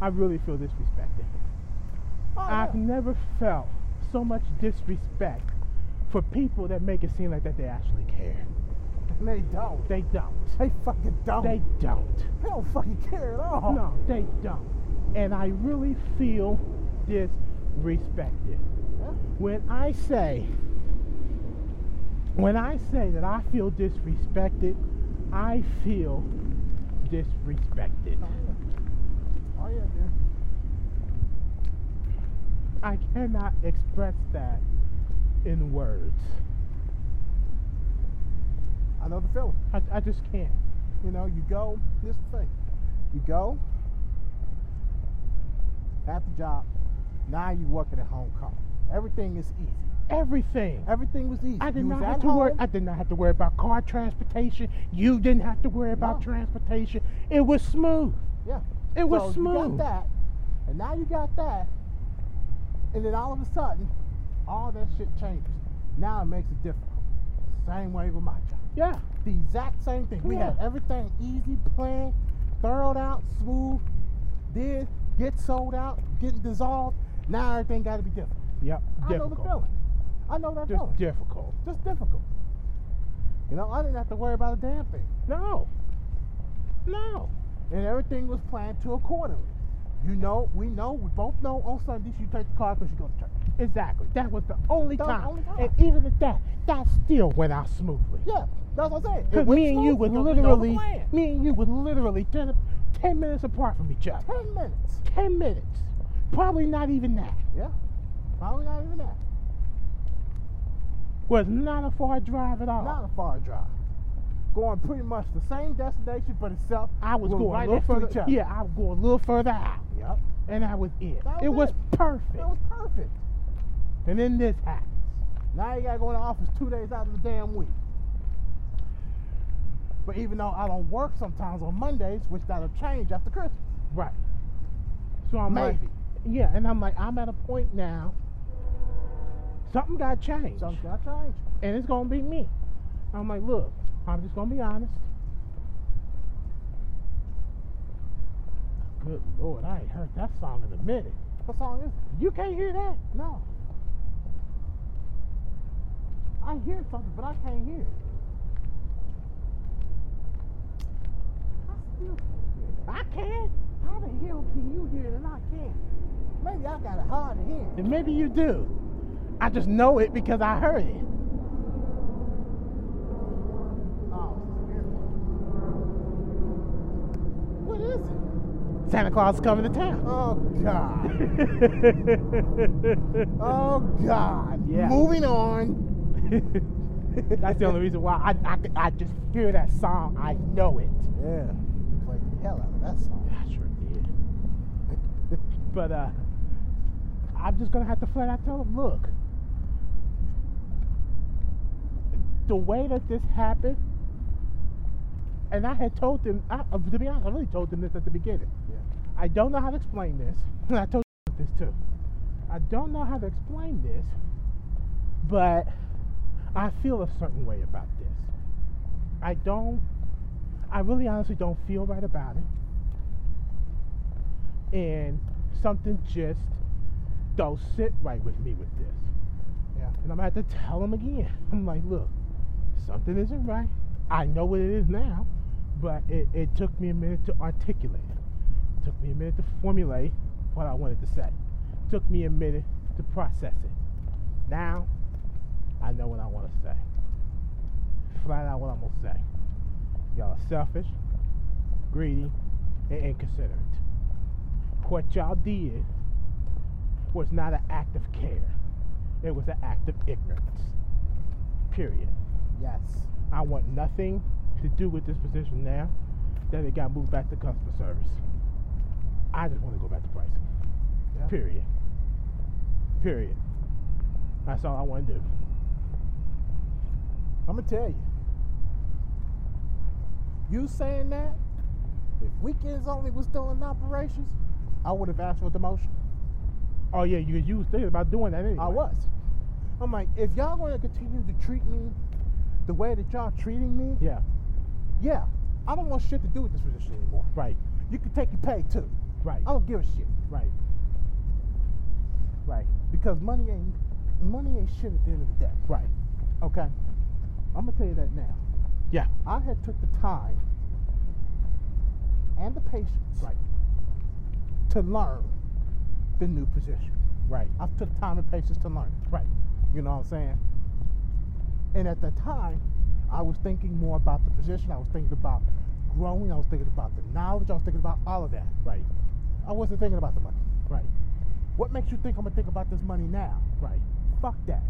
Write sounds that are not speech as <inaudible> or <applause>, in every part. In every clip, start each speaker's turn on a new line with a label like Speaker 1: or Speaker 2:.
Speaker 1: I really feel disrespected.
Speaker 2: Oh,
Speaker 1: I've
Speaker 2: yeah.
Speaker 1: never felt so much disrespect for people that make it seem like that they actually care.
Speaker 2: And they don't.
Speaker 1: They don't.
Speaker 2: They fucking don't.
Speaker 1: They don't.
Speaker 2: They don't fucking care at all.
Speaker 1: No, they don't. And I really feel disrespected.
Speaker 2: Yeah.
Speaker 1: When I say when I say that I feel disrespected, I feel disrespected.
Speaker 2: Oh, yeah. Oh, yeah, dude.
Speaker 1: I cannot express that in words.
Speaker 2: I know the feeling.
Speaker 1: I, I just can't.
Speaker 2: You know, you go, here's the thing. You go, at the job, now you working at home call. Everything is easy.
Speaker 1: Everything.
Speaker 2: Everything was easy.
Speaker 1: I did
Speaker 2: You
Speaker 1: not
Speaker 2: was
Speaker 1: have
Speaker 2: at
Speaker 1: to worry.
Speaker 2: home.
Speaker 1: I did not have to worry about car transportation. You didn't have to worry about
Speaker 2: No.
Speaker 1: transportation. It was smooth.
Speaker 2: Yeah.
Speaker 1: It was
Speaker 2: so You got
Speaker 1: smooth.
Speaker 2: that, and now you got that, and then all of a sudden, all that shit changes. Now it makes it difficult. Same way with my job.
Speaker 1: Yeah.
Speaker 2: The exact same thing. We had
Speaker 1: Yeah.
Speaker 2: everything easy, planned, thorough out, smooth. Then get sold out, get dissolved. Now everything got to be different.
Speaker 1: Yep.
Speaker 2: I know the
Speaker 1: Difficult.
Speaker 2: feeling. I know that
Speaker 1: Just
Speaker 2: feeling.
Speaker 1: difficult.
Speaker 2: Just difficult. You know, I didn't have to worry about a damn thing.
Speaker 1: No. No.
Speaker 2: and everything was planned to accordingly. You know, we know, we both know on Sundays you take the car because you go to church.
Speaker 1: Exactly. That was the only
Speaker 2: That was the
Speaker 1: time.
Speaker 2: only time.
Speaker 1: And even at that, that still went out smoothly.
Speaker 2: Yeah, that's what I'm saying. It
Speaker 1: Because
Speaker 2: went
Speaker 1: me and you
Speaker 2: smooth
Speaker 1: were
Speaker 2: because we know the
Speaker 1: literally,
Speaker 2: plan.
Speaker 1: me and you were literally 10, 10 minutes apart from each other.
Speaker 2: ten minutes.
Speaker 1: 10 minutes. Probably not even that.
Speaker 2: Yeah, probably not even that.
Speaker 1: Was not a far drive at all.
Speaker 2: Not a far drive. Going pretty much the same destination, but itself.
Speaker 1: I was
Speaker 2: we're
Speaker 1: going
Speaker 2: right
Speaker 1: a little
Speaker 2: next to
Speaker 1: further.
Speaker 2: each other.
Speaker 1: Yeah, I was going a little further out,
Speaker 2: Yep.
Speaker 1: and that was it.
Speaker 2: That
Speaker 1: it
Speaker 2: was
Speaker 1: was
Speaker 2: it.
Speaker 1: perfect.
Speaker 2: That was perfect.
Speaker 1: and then this happens.
Speaker 2: Now you gotta go in the office two days out of the damn week. But even though I don't work sometimes on Mondays, which that'll change after Christmas.
Speaker 1: Right. So I'm like,
Speaker 2: Maybe.
Speaker 1: yeah, and I'm like, I'm at a point now. Something got changed,
Speaker 2: Something's gotta change.
Speaker 1: and it's gonna be me. I'm like, look, I'm just gonna be honest. Good Lord, I ain't heard that song in a minute.
Speaker 2: What song is it?
Speaker 1: You can't hear that.
Speaker 2: No. I hear something, but I can't hear it. I still can't hear it.
Speaker 1: I can.
Speaker 2: How the hell can you hear it and I can't? Maybe I got it hard to hear.
Speaker 1: And maybe you do. I just know it because I heard it.
Speaker 2: Oh,
Speaker 1: <laughs>
Speaker 2: it's weird. What is it?
Speaker 1: Santa Claus is coming to
Speaker 2: <laughs>
Speaker 1: town.
Speaker 2: Oh, God.
Speaker 1: <laughs>
Speaker 2: oh, God.
Speaker 1: Yeah.
Speaker 2: Moving on.
Speaker 1: That's the only reason why I, I, could- I just hear that song. I know it.
Speaker 2: <laughs> Yeah. Played the hell out of that song.
Speaker 1: I sure did. But uh, I'm just gonna have to flat out tell them, look, the way that this happened, and I had told them, I, uh, to be honest, I really told them this at the beginning.
Speaker 2: yeah.
Speaker 1: I don't know how to explain this. <laughs> And I told you this too. I don't know how to explain this, but I feel a certain way about this. I don't, I really honestly don't feel right about it. And something just don't sit right with me with this.
Speaker 2: Yeah.
Speaker 1: And I'm gonna have to tell him again. <laughs> I'm like, look, something isn't right. I know what it is now, but it, it took me a minute to articulate it. Took me a minute to formulate what I wanted to say. Took me a minute to process it. Now I know what I wanna say. Flat out what I'm gonna say. Y'all are selfish, greedy, and inconsiderate. What y'all did was not an act of care. It was an act of ignorance. Period.
Speaker 2: Yes.
Speaker 1: I want nothing to do with this position now that it got moved back to customer service. I just want to go back to pricing.
Speaker 2: Yeah.
Speaker 1: Period. Period. That's all I want to do.
Speaker 2: I'm gonna tell you. You saying that? If weekends only was still in operations, I would have asked for a demotion.
Speaker 1: Oh yeah, you you was thinking about doing that anyway.
Speaker 2: I was. I'm like, if y'all gonna continue to treat me the way that y'all treating me,
Speaker 1: Yeah.
Speaker 2: yeah, I don't want shit to do with this position anymore.
Speaker 1: Right.
Speaker 2: You can take your pay too.
Speaker 1: Right.
Speaker 2: I don't give a shit
Speaker 1: Right. Right.
Speaker 2: because money ain't money ain't shit at the end of the day.
Speaker 1: Right.
Speaker 2: Okay, I'm gonna tell you that now.
Speaker 1: Yeah.
Speaker 2: I had took the time and the patience
Speaker 1: Right.
Speaker 2: to learn the new position.
Speaker 1: Right.
Speaker 2: I took time and patience to learn it.
Speaker 1: Right.
Speaker 2: You know what I'm saying? And at the time, I was thinking more about the position. I was thinking about growing. I was thinking about the knowledge. I was thinking about all of that.
Speaker 1: Right.
Speaker 2: I wasn't thinking about the money.
Speaker 1: Right.
Speaker 2: What makes you think I'm gonna think about this money now?
Speaker 1: Right.
Speaker 2: Fuck that.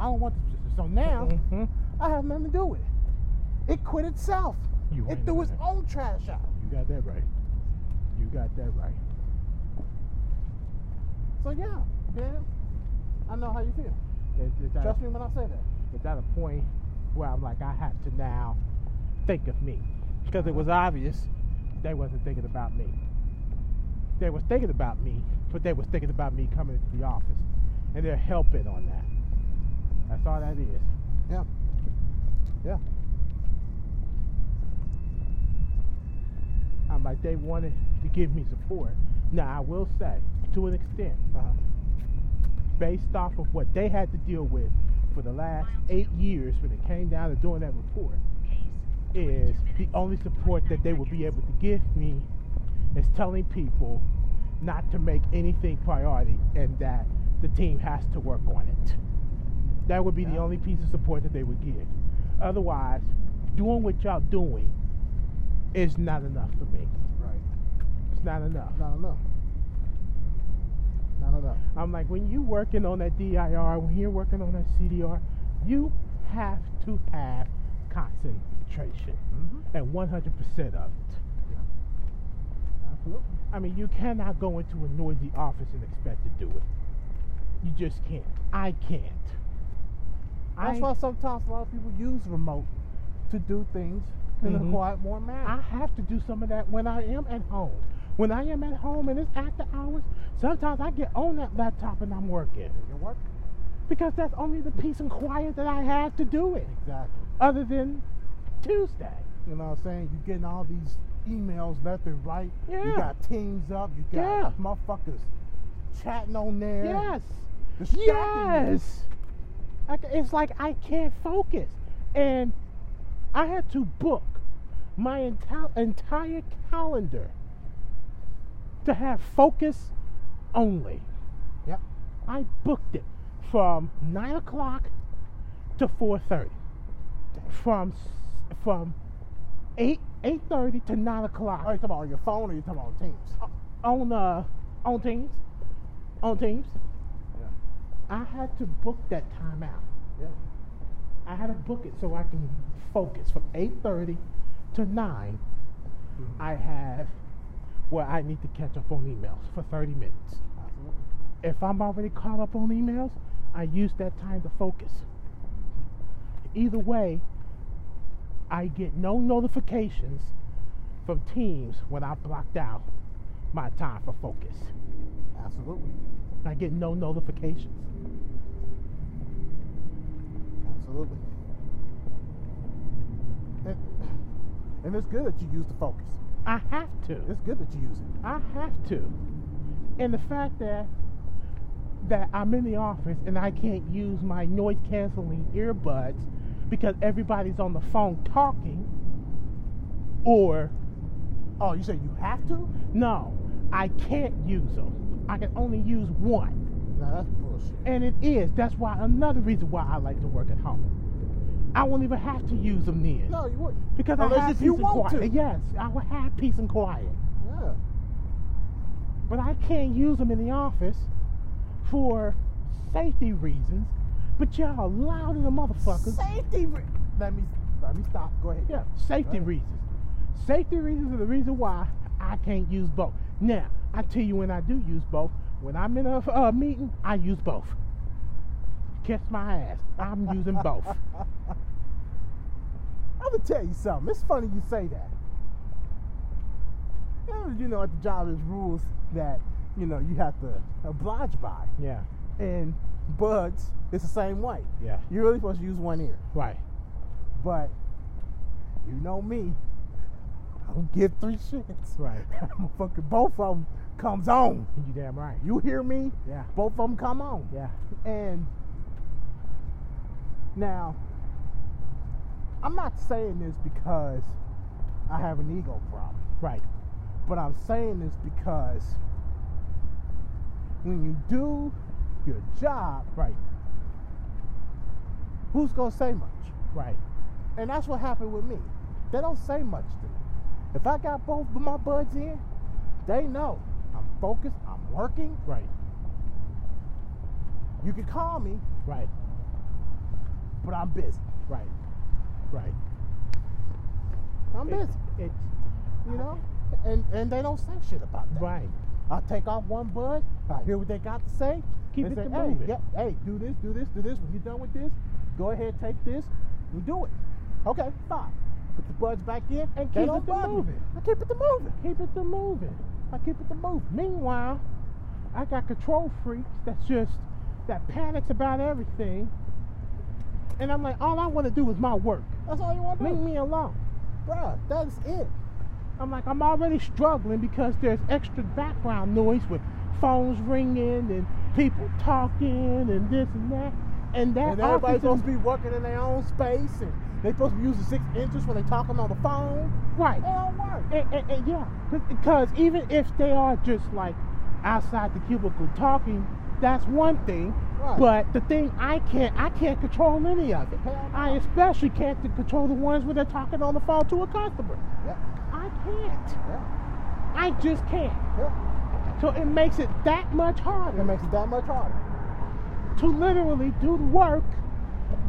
Speaker 2: I don't want this position. So now
Speaker 1: Mhm.
Speaker 2: I have nothing to do with it. It quit itself.
Speaker 1: You
Speaker 2: it
Speaker 1: ain't
Speaker 2: threw its
Speaker 1: nothing.
Speaker 2: own trash out.
Speaker 1: You got that right. You got that right.
Speaker 2: So yeah, Dan, I know how you feel.
Speaker 1: It's, it's at
Speaker 2: Trust
Speaker 1: a,
Speaker 2: me when I say that.
Speaker 1: It's at a point where I'm like, I have to now think of me because it was obvious they wasn't thinking about me. They was thinking about me, but they was thinking about me coming into the office, and they're helping on that. That's all that is.
Speaker 2: Yeah. Yeah.
Speaker 1: I'm like, they wanted to give me support. Now, I will say, to an extent,
Speaker 2: Uh-huh.
Speaker 1: based off of what they had to deal with for the last eight years when it came down to doing that report, is the only support that they would be able to give me is telling people not to make anything priority and that the team has to work on it. That would be the
Speaker 2: Yeah.
Speaker 1: only piece of support that they would give. Otherwise, doing what y'all doing is not enough for me.
Speaker 2: Right.
Speaker 1: It's not enough.
Speaker 2: Not enough. Not enough.
Speaker 1: I'm like, when you working on that DIR, when you're working on that CDR, you have to have concentration
Speaker 2: Mm-hmm.
Speaker 1: and 100% of it.
Speaker 2: Absolutely.
Speaker 1: I mean, you cannot go into a noisy office and expect to do it. You just can't. I can't.
Speaker 2: That's why sometimes a lot of people use remote to do things in
Speaker 1: Mhm.
Speaker 2: a quiet, more manner.
Speaker 1: I have to do some of that when I am at home. When I am at home and it's after hours, sometimes I get on that laptop and I'm working
Speaker 2: You're working.
Speaker 1: because that's only the peace and quiet that I have to do it.
Speaker 2: Exactly.
Speaker 1: Other than Tuesday,
Speaker 2: You know what I'm saying? You're getting all these emails left and right. You
Speaker 1: Yeah.
Speaker 2: got teams up. You got
Speaker 1: Yeah.
Speaker 2: motherfuckers chatting on there.
Speaker 1: yes,
Speaker 2: Distracting you.
Speaker 1: yes. I ca- it's like I can't focus, and I had to book my entire entire calendar to have focus only.
Speaker 2: Yep.
Speaker 1: I booked it from nine o'clock to four thirty. From s- from eight eight thirty to nine o'clock
Speaker 2: Are you talking about on your phone or you talking about on Teams?
Speaker 1: on uh on teams on teams.
Speaker 2: Yeah.
Speaker 1: I had to book that time out.
Speaker 2: Yeah.
Speaker 1: I had to book it so I can focus from eight thirty to nine.
Speaker 2: Mhm.
Speaker 1: I have where I need to catch up on emails for thirty minutes.
Speaker 2: Absolutely.
Speaker 1: if I'm already caught up on emails, I use that time to focus. Either way, I get no notifications from teams when I blocked out my time for focus.
Speaker 2: Absolutely.
Speaker 1: I get no notifications.
Speaker 2: Absolutely. And, and it's good that you use the focus.
Speaker 1: I have to.
Speaker 2: It's good that you use it.
Speaker 1: I have to. And the fact that that I'm in the office and I can't use my noise canceling earbuds because everybody's on the phone talking or
Speaker 2: Oh, you say you have to?
Speaker 1: No, I can't use them. I can only use one.
Speaker 2: No, that's bullshit.
Speaker 1: And it is. That's why another reason why I like to work at home. I won't even have to use them then.
Speaker 2: no, you wouldn't.
Speaker 1: Because
Speaker 2: Unless
Speaker 1: I have
Speaker 2: if
Speaker 1: peace
Speaker 2: you
Speaker 1: and
Speaker 2: want
Speaker 1: quiet.
Speaker 2: to.
Speaker 1: Yes, I will have peace and quiet.
Speaker 2: Yeah.
Speaker 1: But I can't use them in the office for safety reasons. But y'all loud as a motherfucker.
Speaker 2: Safety. Re- let me let me stop. Go ahead.
Speaker 1: Yeah, safety
Speaker 2: Right.
Speaker 1: reasons. Safety reasons are the reason why I can't use both. Now, I tell you when I do use both, when I'm in a uh, meeting, I use both. Kiss my ass. I'm using both.
Speaker 2: <laughs> I'm gonna tell you something. It's funny you say that. You know, You know, at the job there's rules that you know you have to oblige by,
Speaker 1: Yeah,
Speaker 2: and buds, it's the same way.
Speaker 1: yeah,
Speaker 2: You're really supposed to use one ear,
Speaker 1: right.
Speaker 2: <laughs> but you know me, I don't give three shits. <laughs>
Speaker 1: Right.
Speaker 2: Motherfucker, both of them comes on.
Speaker 1: You damn right.
Speaker 2: You hear me?
Speaker 1: Yeah.
Speaker 2: Both of them come on.
Speaker 1: Yeah.
Speaker 2: And now, I'm not saying this because I have an ego problem,
Speaker 1: Right.
Speaker 2: but I'm saying this because when you do your job,
Speaker 1: Right.
Speaker 2: who's gonna say much?
Speaker 1: Right.
Speaker 2: And that's what happened with me. They don't say much to me. If I got both of my buds in, they know I'm focused, I'm working.
Speaker 1: Right.
Speaker 2: You can call me,
Speaker 1: Right.
Speaker 2: but I'm busy.
Speaker 1: Right. Right.
Speaker 2: I'm
Speaker 1: It-
Speaker 2: busy,
Speaker 1: It's
Speaker 2: you know? And and they don't say shit about that.
Speaker 1: right.
Speaker 2: I take off one bud, I hear what they got to say.
Speaker 1: Keep
Speaker 2: they
Speaker 1: it
Speaker 2: say,
Speaker 1: to
Speaker 2: hey,
Speaker 1: moving."
Speaker 2: yeah, hey, do this, do this, do this. When you're done with this, go ahead, take this, and do it. Okay, fine. Put the buds back in
Speaker 1: And
Speaker 2: they
Speaker 1: keep
Speaker 2: don't
Speaker 1: it to
Speaker 2: bug me.
Speaker 1: moving.
Speaker 2: I keep it to moving.
Speaker 1: Keep it to moving.
Speaker 2: I keep it to moving.
Speaker 1: Meanwhile, I got control freaks that's just that panics about everything. And I'm like, all I want to do is my work.
Speaker 2: That's all you want to do.
Speaker 1: Leave me alone.
Speaker 2: Bruh, that's it.
Speaker 1: I'm like, I'm already struggling because there's extra background noise with phones ringing and people talking and this and that. And that
Speaker 2: And
Speaker 1: office
Speaker 2: everybody's supposed
Speaker 1: is-
Speaker 2: to be working in their own space, and they supposed to be using six inches when they talking on the phone. It
Speaker 1: right.
Speaker 2: don't work.
Speaker 1: And, and, and yeah, because even if they are just like outside the cubicle talking, that's one thing.
Speaker 2: Right.
Speaker 1: But the thing I can't, I can't control any of it.
Speaker 2: Hell no.
Speaker 1: I especially can't to control the ones where they're talking on the phone to a customer.
Speaker 2: Yeah,
Speaker 1: I can't.
Speaker 2: yeah,
Speaker 1: I just can't.
Speaker 2: yeah.
Speaker 1: So it makes it that much harder
Speaker 2: It makes it that much harder.
Speaker 1: to literally do the work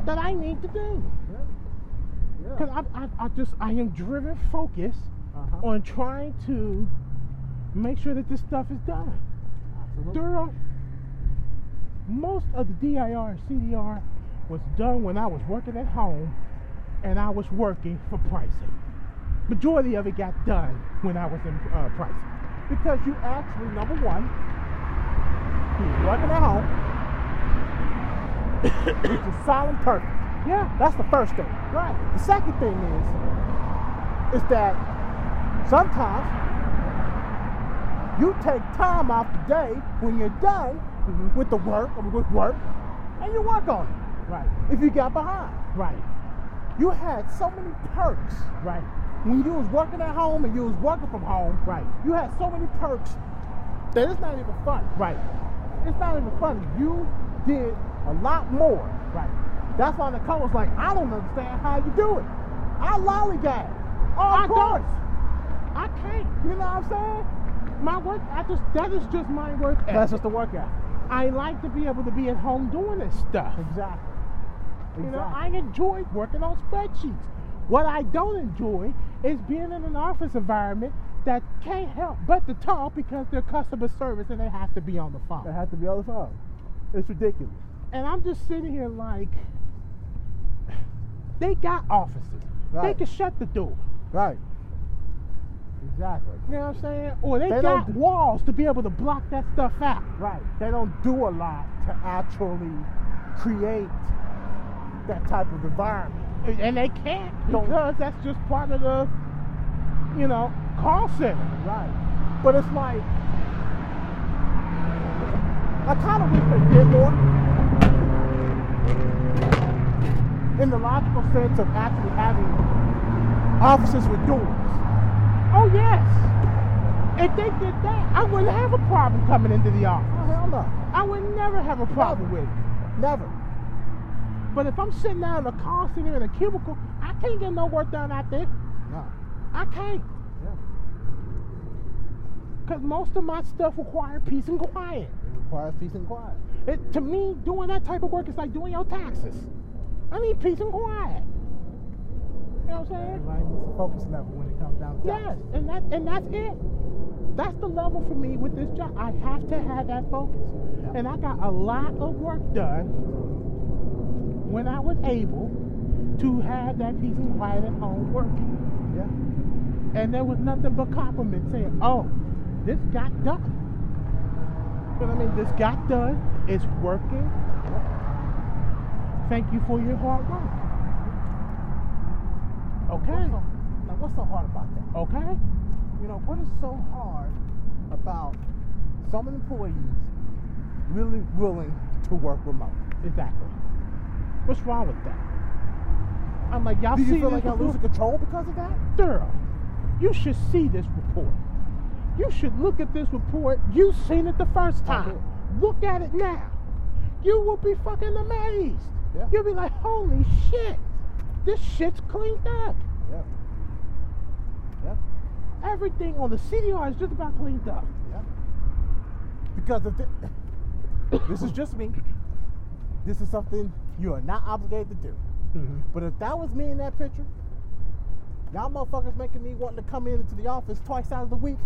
Speaker 1: that I need to do.
Speaker 2: Yeah.
Speaker 1: Because I, I, I just, I am driven focused
Speaker 2: Uh-huh.
Speaker 1: on trying to make sure that this stuff is done.
Speaker 2: Absolutely.
Speaker 1: Durham, most of the DIR and CDR was done when I was working at home and I was working for pricing. Majority of it got done when I was in uh, pricing.
Speaker 2: Because you actually, number one, you're working at home, which is silent perfect.
Speaker 1: Yeah,
Speaker 2: That's the first thing.
Speaker 1: right.
Speaker 2: The second thing is, is that sometimes you take time out the day when you're done
Speaker 1: Mhm.
Speaker 2: with the work or with work, and you work on it.
Speaker 1: Right,
Speaker 2: If you got behind,
Speaker 1: right,
Speaker 2: you had so many perks
Speaker 1: right,
Speaker 2: when you was working at home and you was working from home.
Speaker 1: right,
Speaker 2: You had so many perks that it's not even fun.
Speaker 1: right,
Speaker 2: It's not even funny. You did a lot more
Speaker 1: right.
Speaker 2: That's why the coach was like, I don't understand how you do it. I lollygag.
Speaker 1: I
Speaker 2: Of
Speaker 1: don't.
Speaker 2: course.
Speaker 1: I can't.
Speaker 2: You know what I'm saying?
Speaker 1: My work, I just, that is just my work ethic.
Speaker 2: That's just the workout.
Speaker 1: I like to be able to be at home doing this stuff.
Speaker 2: Exactly.
Speaker 1: You know, I
Speaker 2: Exactly.
Speaker 1: enjoy working on spreadsheets. What I don't enjoy is being in an office environment that can't help but to talk because they're customer service and they have to be on the
Speaker 2: It
Speaker 1: phone.
Speaker 2: has to be all the time. It's ridiculous.
Speaker 1: And I'm just sitting here like, they got offices.
Speaker 2: Right.
Speaker 1: They can shut the door.
Speaker 2: Right. Exactly.
Speaker 1: You know what I'm saying? Or they,
Speaker 2: They don't
Speaker 1: got
Speaker 2: do-
Speaker 1: walls to be able to block that stuff out.
Speaker 2: Right. They don't do a lot to actually create that type of environment.
Speaker 1: And they can't
Speaker 2: Don't-
Speaker 1: because that's just part of the, you know, call center.
Speaker 2: Right. But it's like, I kind of wish they did more in the logical sense of actually having officers with doors.
Speaker 1: Oh yes. If they did that, I wouldn't have a problem coming into the
Speaker 2: Oh,
Speaker 1: office.
Speaker 2: hell no.
Speaker 1: I would never have a problem with it.
Speaker 2: Never.
Speaker 1: But if I'm sitting down in a call center in a cubicle, I can't get no work done out there.
Speaker 2: No.
Speaker 1: I can't.
Speaker 2: Yeah.
Speaker 1: Cause most of my stuff require peace and quiet.
Speaker 2: It requires peace and quiet.
Speaker 1: It, to me, doing that type of work is like doing your taxes. I need peace and quiet. You know what I'm saying?
Speaker 2: Everybody needs a focus level when it comes down to
Speaker 1: Yes,
Speaker 2: taxes.
Speaker 1: and that and that's it. That's the level for me with this job. I have to have that focus. And I got a lot of work done when I was able to have that peace and quiet at home working.
Speaker 2: Yeah.
Speaker 1: And there was nothing but compliments saying, oh, this got done. You know what I mean? This got done. It's working. Thank you for your hard work. Okay.
Speaker 2: What's so, like, what's so hard about that?
Speaker 1: Okay?
Speaker 2: You know, what is so hard about some employees really willing to work remote?
Speaker 1: Exactly. What's wrong with that? I'm like, y'all
Speaker 2: Do
Speaker 1: see
Speaker 2: you feel
Speaker 1: this
Speaker 2: like I'm
Speaker 1: report?
Speaker 2: losing control because of that?
Speaker 1: Girl, you should see this report. You should look at this report. You've seen it the first
Speaker 2: I
Speaker 1: time. Look at it now. You will be fucking amazed.
Speaker 2: Yeah.
Speaker 1: You'll be like, holy shit, this shit's cleaned up.
Speaker 2: Yep. Yep.
Speaker 1: Everything on the CDR is just about cleaned up.
Speaker 2: Yep. Because if thi- <coughs> this is just me, this is something you are not obligated to do. But if that was me in that picture, y'all motherfuckers making me wanting to come in into the office twice out of the week,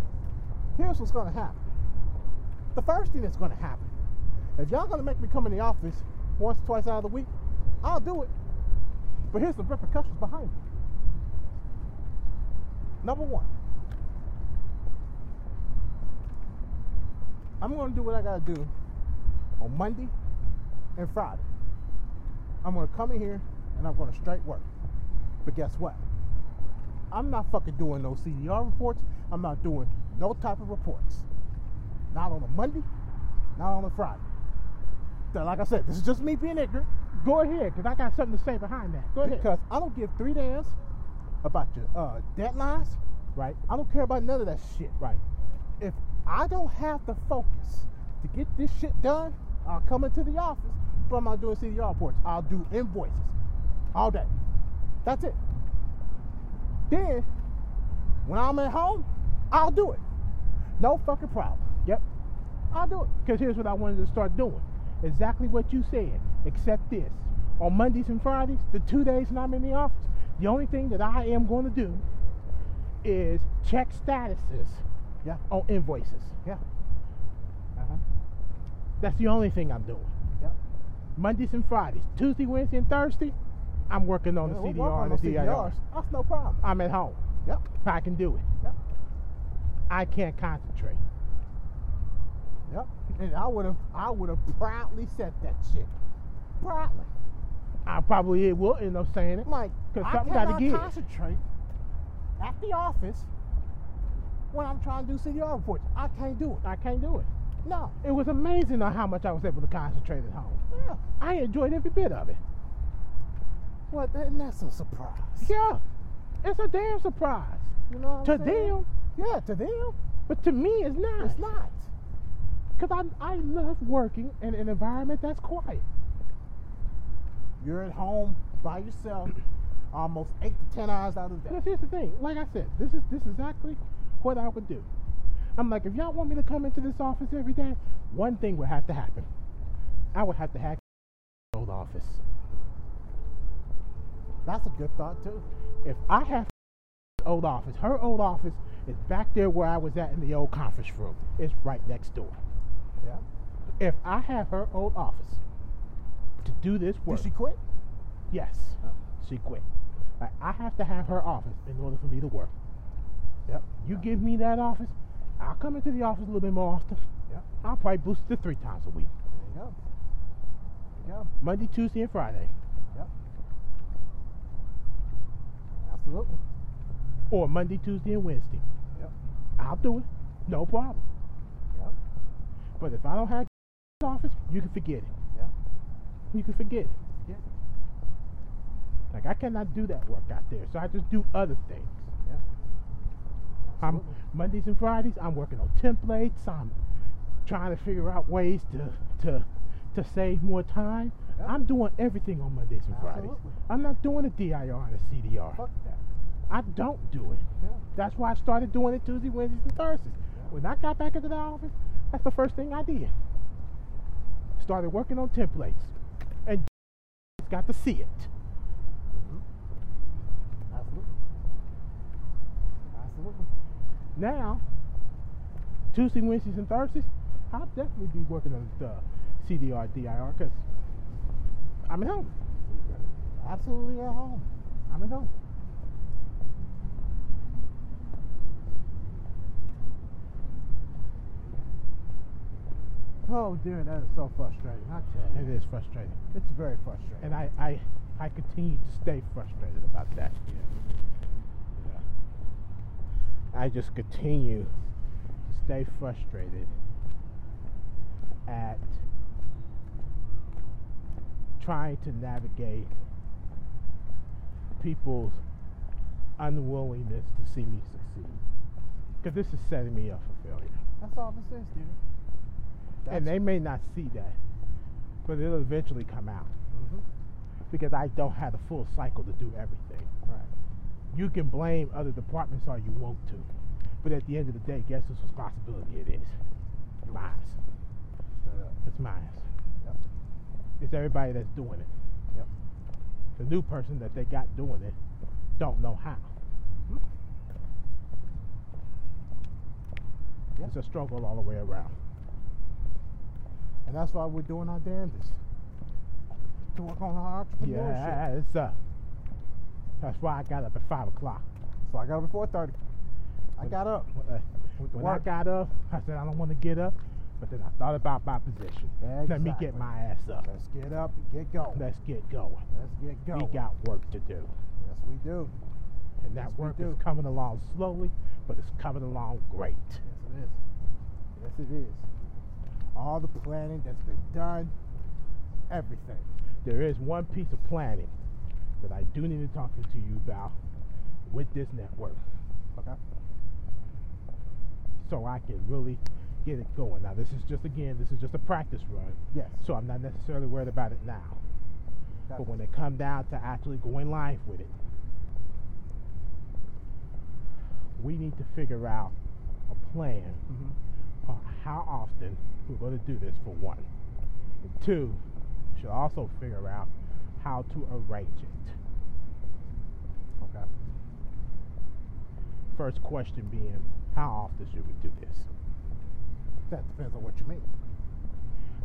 Speaker 2: here's what's gonna happen. The first thing that's gonna happen, if y'all gonna make me come in the office once, twice out of the week, I'll do it. But here's the repercussions behind it. Number one, I'm gonna do what I gotta do on Monday and Friday. I'm gonna come in here and I'm gonna straight work. But guess what? I'm not fucking doing no CDR reports. I'm not doing no type of reports. Not on a Monday, not on a Friday. So like I said, this is just me being ignorant
Speaker 1: Go ahead, because I got something to say behind that. Go ahead.
Speaker 2: because I don't give three damns about your uh, deadlines, right? I don't care about none of that shit, right? If I don't have the focus to get this shit done, I'll come into the office, but I'm not doing CDR reports. I'll do invoices all day. That's it. Then, when I'm at home, I'll do it. No fucking problem.
Speaker 1: yep.
Speaker 2: I'll do it.
Speaker 1: Because here's what I wanted to start doing. Exactly what you said, except this. On Mondays and Fridays, the two days when I'm in the office, the only thing that I am going to do is check statuses
Speaker 2: Yeah,
Speaker 1: on invoices.
Speaker 2: yeah. Uh-huh.
Speaker 1: That's the only thing I'm doing.
Speaker 2: Yep.
Speaker 1: Mondays and Fridays. Tuesday, Wednesday, and Thursday, I'm working on the
Speaker 2: Yeah, we'll work
Speaker 1: CDR
Speaker 2: on
Speaker 1: and the
Speaker 2: those
Speaker 1: DIR.
Speaker 2: CDRs. That's no problem.
Speaker 1: I'm at home.
Speaker 2: Yep,
Speaker 1: I can do it.
Speaker 2: yep.
Speaker 1: I can't concentrate.
Speaker 2: Yep. And I would have I would have proudly said that shit. Proudly.
Speaker 1: I probably will end up saying it.
Speaker 2: I'm like,
Speaker 1: 'Cause
Speaker 2: I
Speaker 1: something gotta
Speaker 2: cannot
Speaker 1: give.
Speaker 2: concentrate at the office when I'm trying to do CDR reports. I can't do it.
Speaker 1: I can't do it.
Speaker 2: No.
Speaker 1: It was amazing on how much I was able to concentrate at home.
Speaker 2: Yeah.
Speaker 1: I enjoyed every bit of it.
Speaker 2: Well, then that's a surprise.
Speaker 1: Yeah, it's a damn surprise.
Speaker 2: You know what
Speaker 1: To
Speaker 2: I'm saying?
Speaker 1: them,
Speaker 2: Yeah, to them.
Speaker 1: but to me, it's not.
Speaker 2: It's not.
Speaker 1: Because I, I love working in an environment that's quiet.
Speaker 2: You're at home by yourself <clears throat> almost eight to ten hours out of the day.
Speaker 1: Because here's the thing, like I said, this is this is exactly what I would do. I'm like, if y'all want me to come into this office every day, one thing would have to happen. I would have to hack the old office.
Speaker 2: That's a good thought too.
Speaker 1: If I have the old office, her old office is back there where I was at in the old conference room. It's right next door.
Speaker 2: Yeah.
Speaker 1: If I have her old office to do this work,
Speaker 2: Did she quit?
Speaker 1: Yes.
Speaker 2: Oh.
Speaker 1: She quit. Like I have to have her office in order for me to work.
Speaker 2: Yep.
Speaker 1: You give me that office, I'll come into the office a little bit more often.
Speaker 2: Yep.
Speaker 1: I'll probably boost it to three times a week.
Speaker 2: There you go. There you go.
Speaker 1: Monday, Tuesday, and Friday.
Speaker 2: Yep. Absolutely.
Speaker 1: Or Monday, Tuesday, and Wednesday.
Speaker 2: Yep.
Speaker 1: I'll do it. No problem.
Speaker 2: Yep.
Speaker 1: But if I don't have <laughs> the office, you can forget it.
Speaker 2: Yep.
Speaker 1: You can forget it.
Speaker 2: Yep.
Speaker 1: Like I cannot do that work out there. So I just do other things.
Speaker 2: Yep.
Speaker 1: I'm
Speaker 2: Absolutely.
Speaker 1: Mondays and Fridays. I'm working on templates. I'm trying to figure out ways to to to save more time.
Speaker 2: Yep.
Speaker 1: I'm doing everything on Mondays and Fridays.
Speaker 2: Absolutely.
Speaker 1: I'm not doing a DIR and a CDR.
Speaker 2: Fuck that.
Speaker 1: I don't do it.
Speaker 2: Yeah.
Speaker 1: That's why I started doing it Tuesday, Wednesdays, and Thursdays. When I got back into the office, that's the first thing I did. Started working on templates, and <laughs> got to see it.
Speaker 2: Mm-hmm. Absolutely. Absolutely.
Speaker 1: Now, Tuesday, Wednesdays, and Thursdays, I'll definitely be working on the CDR, DIR, because I'm at home.
Speaker 2: Absolutely at home.
Speaker 1: I'm at home.
Speaker 2: Oh dear, that is so frustrating. I tell you,
Speaker 1: It is frustrating.
Speaker 2: it's very frustrating.
Speaker 1: And I, I, I continue to stay frustrated about that.
Speaker 2: yeah. yeah.
Speaker 1: I just continue to stay frustrated at trying to navigate people's unwillingness to see me succeed. Because this is setting me up for failure.
Speaker 2: That's all this is, dude.
Speaker 1: and they may not see that, but it'll eventually come out
Speaker 2: hmm
Speaker 1: because I don't have the full cycle to do everything.
Speaker 2: Right.
Speaker 1: You can blame other departments all you want to, but at the end of the day, guess whose responsibility it is? Mine.
Speaker 2: Straight up.
Speaker 1: It's mine.
Speaker 2: Yep.
Speaker 1: It's everybody that's doing it.
Speaker 2: Yep.
Speaker 1: The new person that they got doing it don't know how.
Speaker 2: Mhm. Yep.
Speaker 1: It's a struggle all the way around.
Speaker 2: And that's why we're doing our damnedest to work on our entrepreneurship.
Speaker 1: Yeah, it's uh, that's why I got up at five o'clock.
Speaker 2: So I got up at 4:30. I got up.
Speaker 1: When, uh,
Speaker 2: Went to
Speaker 1: when I
Speaker 2: work.
Speaker 1: got up, I said I don't want to get up, but then I thought about my position. Let me
Speaker 2: Exactly.
Speaker 1: get my ass up.
Speaker 2: Let's get up and get going.
Speaker 1: Let's get going.
Speaker 2: Let's get going.
Speaker 1: We got work to do,
Speaker 2: Yes, we do.
Speaker 1: and that
Speaker 2: Yes, we
Speaker 1: work is
Speaker 2: do.
Speaker 1: coming along slowly, but it's coming along great.
Speaker 2: Yes, it is. Yes, it is. All the planning that's been done, everything.
Speaker 1: There is one piece of planning that I do need to talk to you about with this network.
Speaker 2: Okay.
Speaker 1: so I can really get it going. Now, this is just again, this is just a practice run,
Speaker 2: Yes.
Speaker 1: so I'm not necessarily worried about it now.
Speaker 2: Got
Speaker 1: But
Speaker 2: it.
Speaker 1: when it come down to actually going live with it, we need to figure out a plan
Speaker 2: Mhm.
Speaker 1: on how often we're going to do this for one. And two, we should also figure out how to arrange it.
Speaker 2: Okay.
Speaker 1: First question being, how often should we do this?
Speaker 2: That depends on what you mean.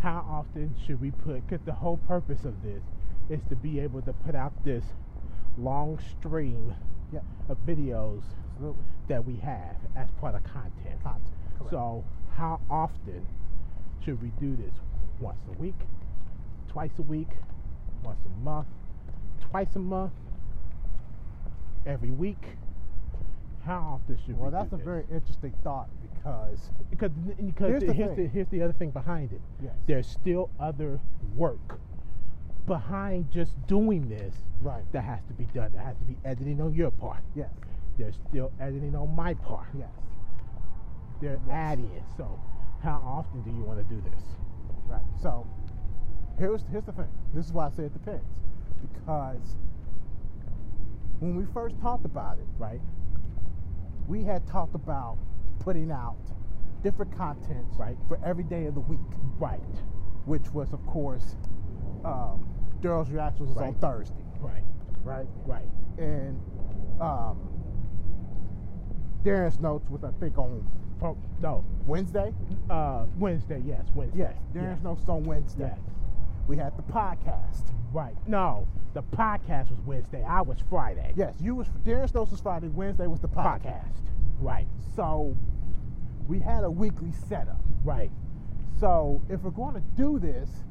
Speaker 1: how often should we put because the whole purpose of this is to be able to put out this long stream
Speaker 2: Yep.
Speaker 1: of videos
Speaker 2: Absolutely.
Speaker 1: that we have as part of content
Speaker 2: Content. Correct.
Speaker 1: so how often should we do this once a week twice a week once a month twice a month every week how often should
Speaker 2: well,
Speaker 1: we do
Speaker 2: that's a
Speaker 1: this?
Speaker 2: very interesting thought because
Speaker 1: because, because
Speaker 2: Here's the
Speaker 1: here's, the,
Speaker 2: thing.
Speaker 1: here's the other thing behind it
Speaker 2: yes,
Speaker 1: there's still other work behind just doing this
Speaker 2: right.
Speaker 1: that has to be done. There has to be editing on your part.
Speaker 2: Yes.
Speaker 1: There's still editing on my part.
Speaker 2: Yes.
Speaker 1: They're
Speaker 2: Yes.
Speaker 1: adding it. So, how often do you want to do this?
Speaker 2: Right. So here's here's the thing. This is why I say it depends. Because when we first talked about it,
Speaker 1: Right?
Speaker 2: we had talked about putting out different content
Speaker 1: Right.
Speaker 2: for every day of the week,
Speaker 1: Right.
Speaker 2: which was of course um, Daryl's reactions was on
Speaker 1: Right.
Speaker 2: Thursday,
Speaker 1: Right.
Speaker 2: right?
Speaker 1: Right.
Speaker 2: And um, Darren's notes was I think on
Speaker 1: Pro- Oh, no.
Speaker 2: Wednesday.
Speaker 1: Uh, Wednesday. Yes. Wednesday.
Speaker 2: Yes, Darren's notes on Wednesday.
Speaker 1: Yes.
Speaker 2: We had the podcast.
Speaker 1: Right. No. The podcast was Wednesday. I was Friday.
Speaker 2: Yes, you was Darren's notes was Friday. Wednesday was the podcast.
Speaker 1: Podcast. Right.
Speaker 2: So we had a weekly setup.
Speaker 1: Right.
Speaker 2: So if we're going to do this,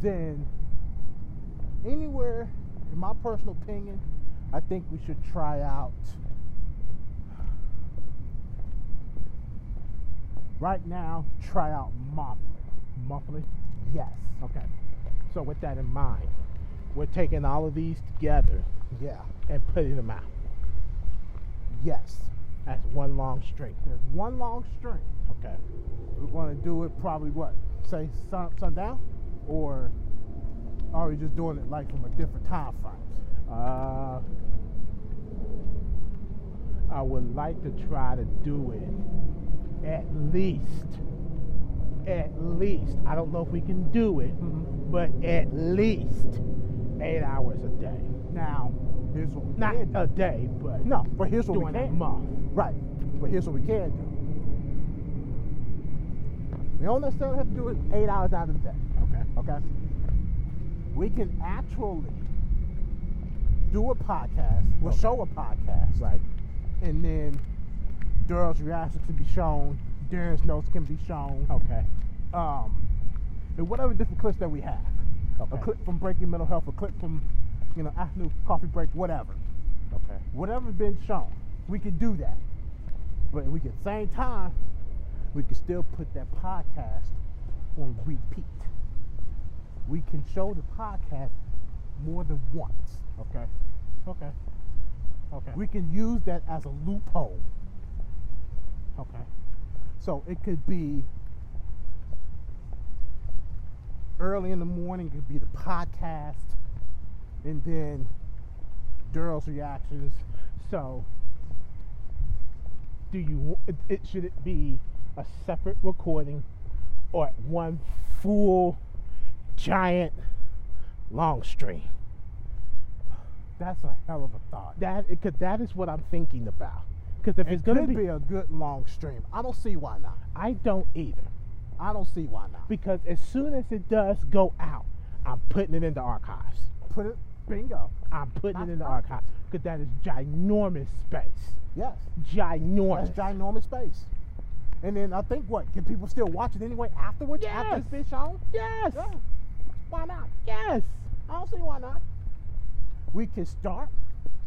Speaker 2: then anywhere, in my personal opinion, I think we should try out. Right now, try out monthly.
Speaker 1: Monthly.
Speaker 2: Yes.
Speaker 1: Okay. So with that in mind, we're taking all of these together
Speaker 2: Yeah.
Speaker 1: and putting them out
Speaker 2: Yes.
Speaker 1: as one long string.
Speaker 2: There's one long string.
Speaker 1: Okay.
Speaker 2: We're going to do it probably what? Say sun sundown, or are we just doing it like from a different time frame?
Speaker 1: Uh, I would like to try to do it at least. At least. I don't know if we can do it,
Speaker 2: Mhm.
Speaker 1: but at least eight hours a day.
Speaker 2: Now, here's what we
Speaker 1: Not
Speaker 2: can do.
Speaker 1: a day, but
Speaker 2: No, but here's what we
Speaker 1: during a
Speaker 2: can.
Speaker 1: month.
Speaker 2: Right. But here's what we can do. We don't necessarily have to do it eight hours out of the day.
Speaker 1: Okay.
Speaker 2: Okay. We can actually do a podcast. We'll
Speaker 1: Okay.
Speaker 2: show a podcast.
Speaker 1: Right.
Speaker 2: And then Daryl's reactions can be shown. Darren's notes can be shown.
Speaker 1: Okay.
Speaker 2: Um, and whatever different clips that we have. A
Speaker 1: Okay.
Speaker 2: clip from Breaking Mental Health, a clip from, you know, afternoon coffee break, whatever
Speaker 1: Okay.
Speaker 2: whatever been shown, we could do that. But we can same time, we can still put that podcast on repeat. We can show the podcast more than once.
Speaker 1: Okay. Okay. Okay.
Speaker 2: We can use that as a loophole.
Speaker 1: okay.
Speaker 2: So it could be early in the morning, it could be the podcast, and then Daryl's reactions.
Speaker 1: So, do you wa- it, it should it be a separate recording or one full giant long stream?
Speaker 2: That's a hell of a thought.
Speaker 1: That because that is what I'm thinking about. Because if
Speaker 2: It
Speaker 1: it's gonna
Speaker 2: could
Speaker 1: be,
Speaker 2: be a good long stream. I don't see why not.
Speaker 1: I don't either.
Speaker 2: I don't see why not.
Speaker 1: Because as soon as it does go out, I'm putting it in the archives.
Speaker 2: Put it bingo.
Speaker 1: I'm putting it in the
Speaker 2: Not-
Speaker 1: archives because that is ginormous space.
Speaker 2: Yes. That's
Speaker 1: Ginormous.
Speaker 2: ginormous space. And then I think what? Can people still watch it anyway afterwards? After it's
Speaker 1: Yes.
Speaker 2: been shown?
Speaker 1: yes.
Speaker 2: Yeah. Why not?
Speaker 1: Yes.
Speaker 2: I don't see why not. We can start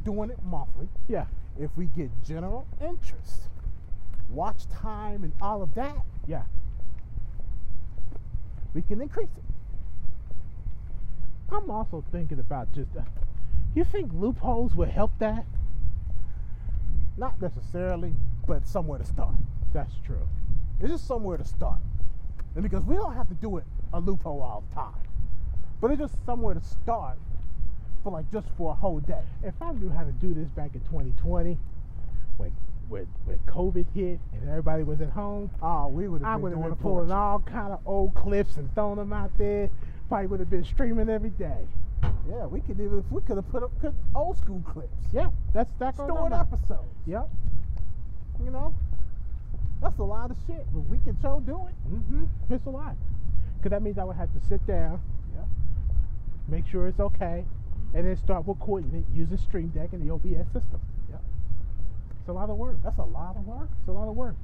Speaker 2: doing it monthly
Speaker 1: Yeah.
Speaker 2: if we get general interest, watch time, and all of that.
Speaker 1: Yeah.
Speaker 2: We can increase it.
Speaker 1: I'm also thinking about just. Uh, you think loopholes would help that?
Speaker 2: Not necessarily, but somewhere to start.
Speaker 1: That's true.
Speaker 2: It's just somewhere to start, and because we don't have to do it a loophole all the time, but it's just somewhere to start for like just for a whole day.
Speaker 1: If I knew how to do this back in 2020, when when when COVID hit and everybody was at home,
Speaker 2: Oh, we would
Speaker 1: I
Speaker 2: have
Speaker 1: would
Speaker 2: been
Speaker 1: have
Speaker 2: doing
Speaker 1: been
Speaker 2: a
Speaker 1: pulling
Speaker 2: fortune.
Speaker 1: all kind of old clips and throwing them out there. Probably would have been streaming every day.
Speaker 2: Yeah, we could even we could have put up good old school clips.
Speaker 1: Yeah, that's that's on
Speaker 2: stored
Speaker 1: my mind.
Speaker 2: episodes.
Speaker 1: Yep.
Speaker 2: You know, that's a lot of shit, but we can show do it.
Speaker 1: Mm-hmm. It's a lot. Cause that means I would have to sit down,
Speaker 2: Yeah.
Speaker 1: make sure it's okay, and then start recording it using Stream Deck and the OBS system.
Speaker 2: Yep.
Speaker 1: It's a lot of work.
Speaker 2: That's a lot of work.
Speaker 1: It's a lot of work.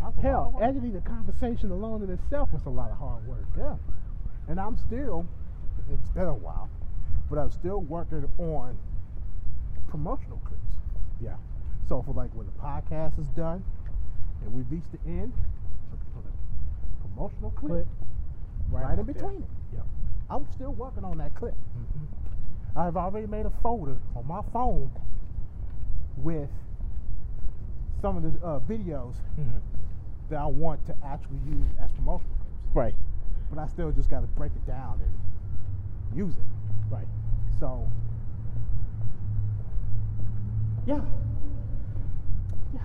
Speaker 2: That's a lot
Speaker 1: Hell,
Speaker 2: of work.
Speaker 1: editing the conversation alone in itself was a lot of hard work.
Speaker 2: yeah. And I'm still, it's been a while, but I'm still working on promotional clips.
Speaker 1: Yeah.
Speaker 2: So for like when the podcast is done and we reach the end, we can put a promotional clip
Speaker 1: Clip.
Speaker 2: right, in
Speaker 1: out there.
Speaker 2: between it.
Speaker 1: Yep.
Speaker 2: I'm still working on that clip.
Speaker 1: Mhm.
Speaker 2: I've already made a folder on my phone with some of the uh, videos
Speaker 1: Mm-hmm.
Speaker 2: that I want to actually use as promotional clips.
Speaker 1: Right.
Speaker 2: But I still just got to break it down and use it.
Speaker 1: Right.
Speaker 2: So, yeah. Yeah.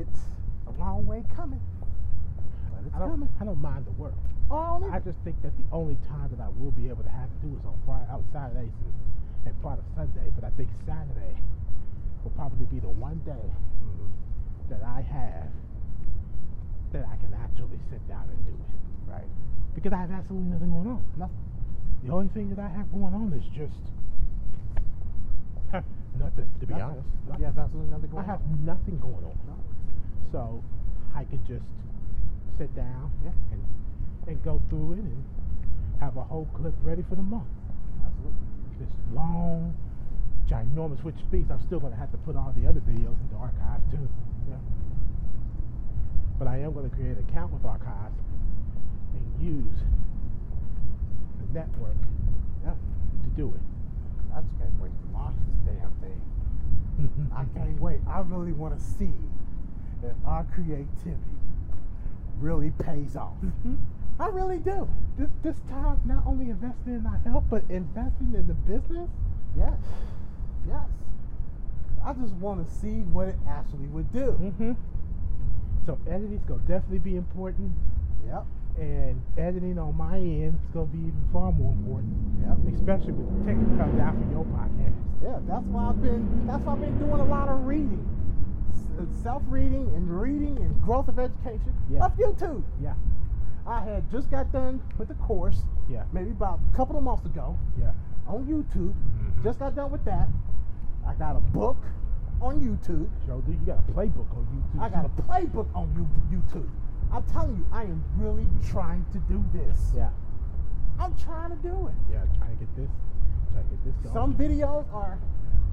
Speaker 2: It's a long way coming. But it's
Speaker 1: I don't.
Speaker 2: coming.
Speaker 1: I don't mind the work.
Speaker 2: All
Speaker 1: I just think that the only time that I will be able to have to do is on Friday, out Saturdays and- and part of Sunday. But I think Saturday will probably be the one day that I have that I can actually sit down and do it.
Speaker 2: Right.
Speaker 1: Because I have absolutely nothing going on.
Speaker 2: Nothing.
Speaker 1: The only thing that I have going on is just <laughs> nothing, to be
Speaker 2: Nothing.
Speaker 1: honest.
Speaker 2: Yeah,
Speaker 1: Nothing.
Speaker 2: that's absolutely nothing
Speaker 1: I
Speaker 2: going
Speaker 1: have
Speaker 2: on.
Speaker 1: nothing going on.
Speaker 2: No.
Speaker 1: So I could just sit down
Speaker 2: Yeah.
Speaker 1: and, and go through it and have a whole clip ready for the month.
Speaker 2: Absolutely.
Speaker 1: This long, ginormous, which means I'm still going to have to put all the other videos in the archive too.
Speaker 2: Yeah.
Speaker 1: But I am going to create an account with archives and use the network
Speaker 2: Yeah.
Speaker 1: to do it.
Speaker 2: I just can't wait to launch this damn thing. I can't wait. I really want to see if our creativity really
Speaker 1: <laughs>
Speaker 2: pays off.
Speaker 1: Mhm.
Speaker 2: I really do.
Speaker 1: This, this time, not only investing in our health, but investing in the business.
Speaker 2: Yes. Yes. I just want to see what it actually would do.
Speaker 1: Mm-hmm. So editing's gonna definitely be important, Mm-hmm.
Speaker 2: Yep.
Speaker 1: and editing on my end is gonna be even far more important,
Speaker 2: Yep.
Speaker 1: especially with the ticket comes out for your podcast.
Speaker 2: Yeah. That's why I've been. That's why I've been doing a lot of reading, self reading and reading and growth of education
Speaker 1: Yeah.
Speaker 2: of YouTube.
Speaker 1: Yeah,
Speaker 2: I had just got done with the course,
Speaker 1: yeah,
Speaker 2: maybe about a couple of months ago.
Speaker 1: yeah.
Speaker 2: on YouTube.
Speaker 1: Mhm.
Speaker 2: Just got done with that. I got a book on YouTube.
Speaker 1: Joe, dude, you got a playbook on YouTube.
Speaker 2: I got a playbook on you- YouTube. I'm telling you, I am really trying to do this.
Speaker 1: Yeah,
Speaker 2: I'm trying to do it.
Speaker 1: yeah. Trying to get this, trying to get this going.
Speaker 2: Some videos are,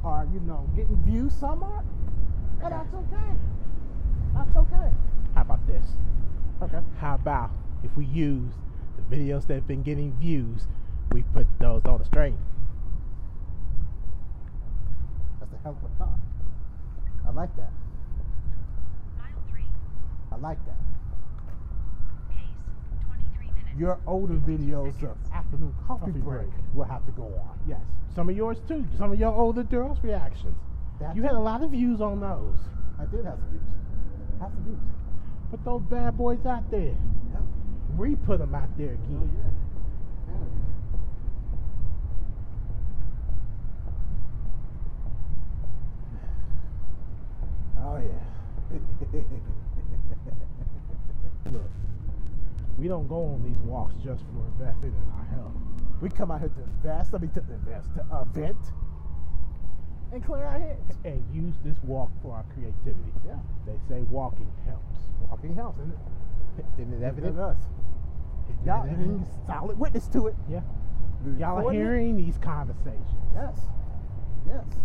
Speaker 2: are you know, getting views. Some are And that's okay. That's okay.
Speaker 1: How about this?
Speaker 2: Okay.
Speaker 1: How about if we use the videos that have been getting views, we put those on the stream?
Speaker 2: That's a hell of a car. I like that.
Speaker 3: Mile 3.
Speaker 2: I like that.
Speaker 3: Pace 23 minutes.
Speaker 2: Your older videos of afternoon coffee,
Speaker 1: Coffee break.
Speaker 2: break, will have to go on.
Speaker 1: Yes. Some of yours too. Some of your older girls' reactions.
Speaker 2: That
Speaker 1: You had a lot of views on those.
Speaker 2: I did have some views. Have some views.
Speaker 1: Put those bad boys out there.
Speaker 2: Yep.
Speaker 1: We put them out there
Speaker 2: Oh,
Speaker 1: again.
Speaker 2: yeah. Hell yeah. Oh <laughs> yeah.
Speaker 1: Look, we don't go on these walks just for investing in our health.
Speaker 2: we come out here to invest. I mean, to invest, to uh, vent, and clear our heads.
Speaker 1: And use this walk for our creativity.
Speaker 2: Yeah.
Speaker 1: They say walking helps.
Speaker 2: Walking health, isn't it?
Speaker 1: Isn't it
Speaker 2: It
Speaker 1: evident?
Speaker 2: does.
Speaker 1: Isn't it
Speaker 2: Y'all
Speaker 1: evident?
Speaker 2: being solid witness to it.
Speaker 1: Yeah.
Speaker 2: Moving
Speaker 1: Y'all are
Speaker 2: forward.
Speaker 1: hearing these conversations.
Speaker 2: Yes. Yes.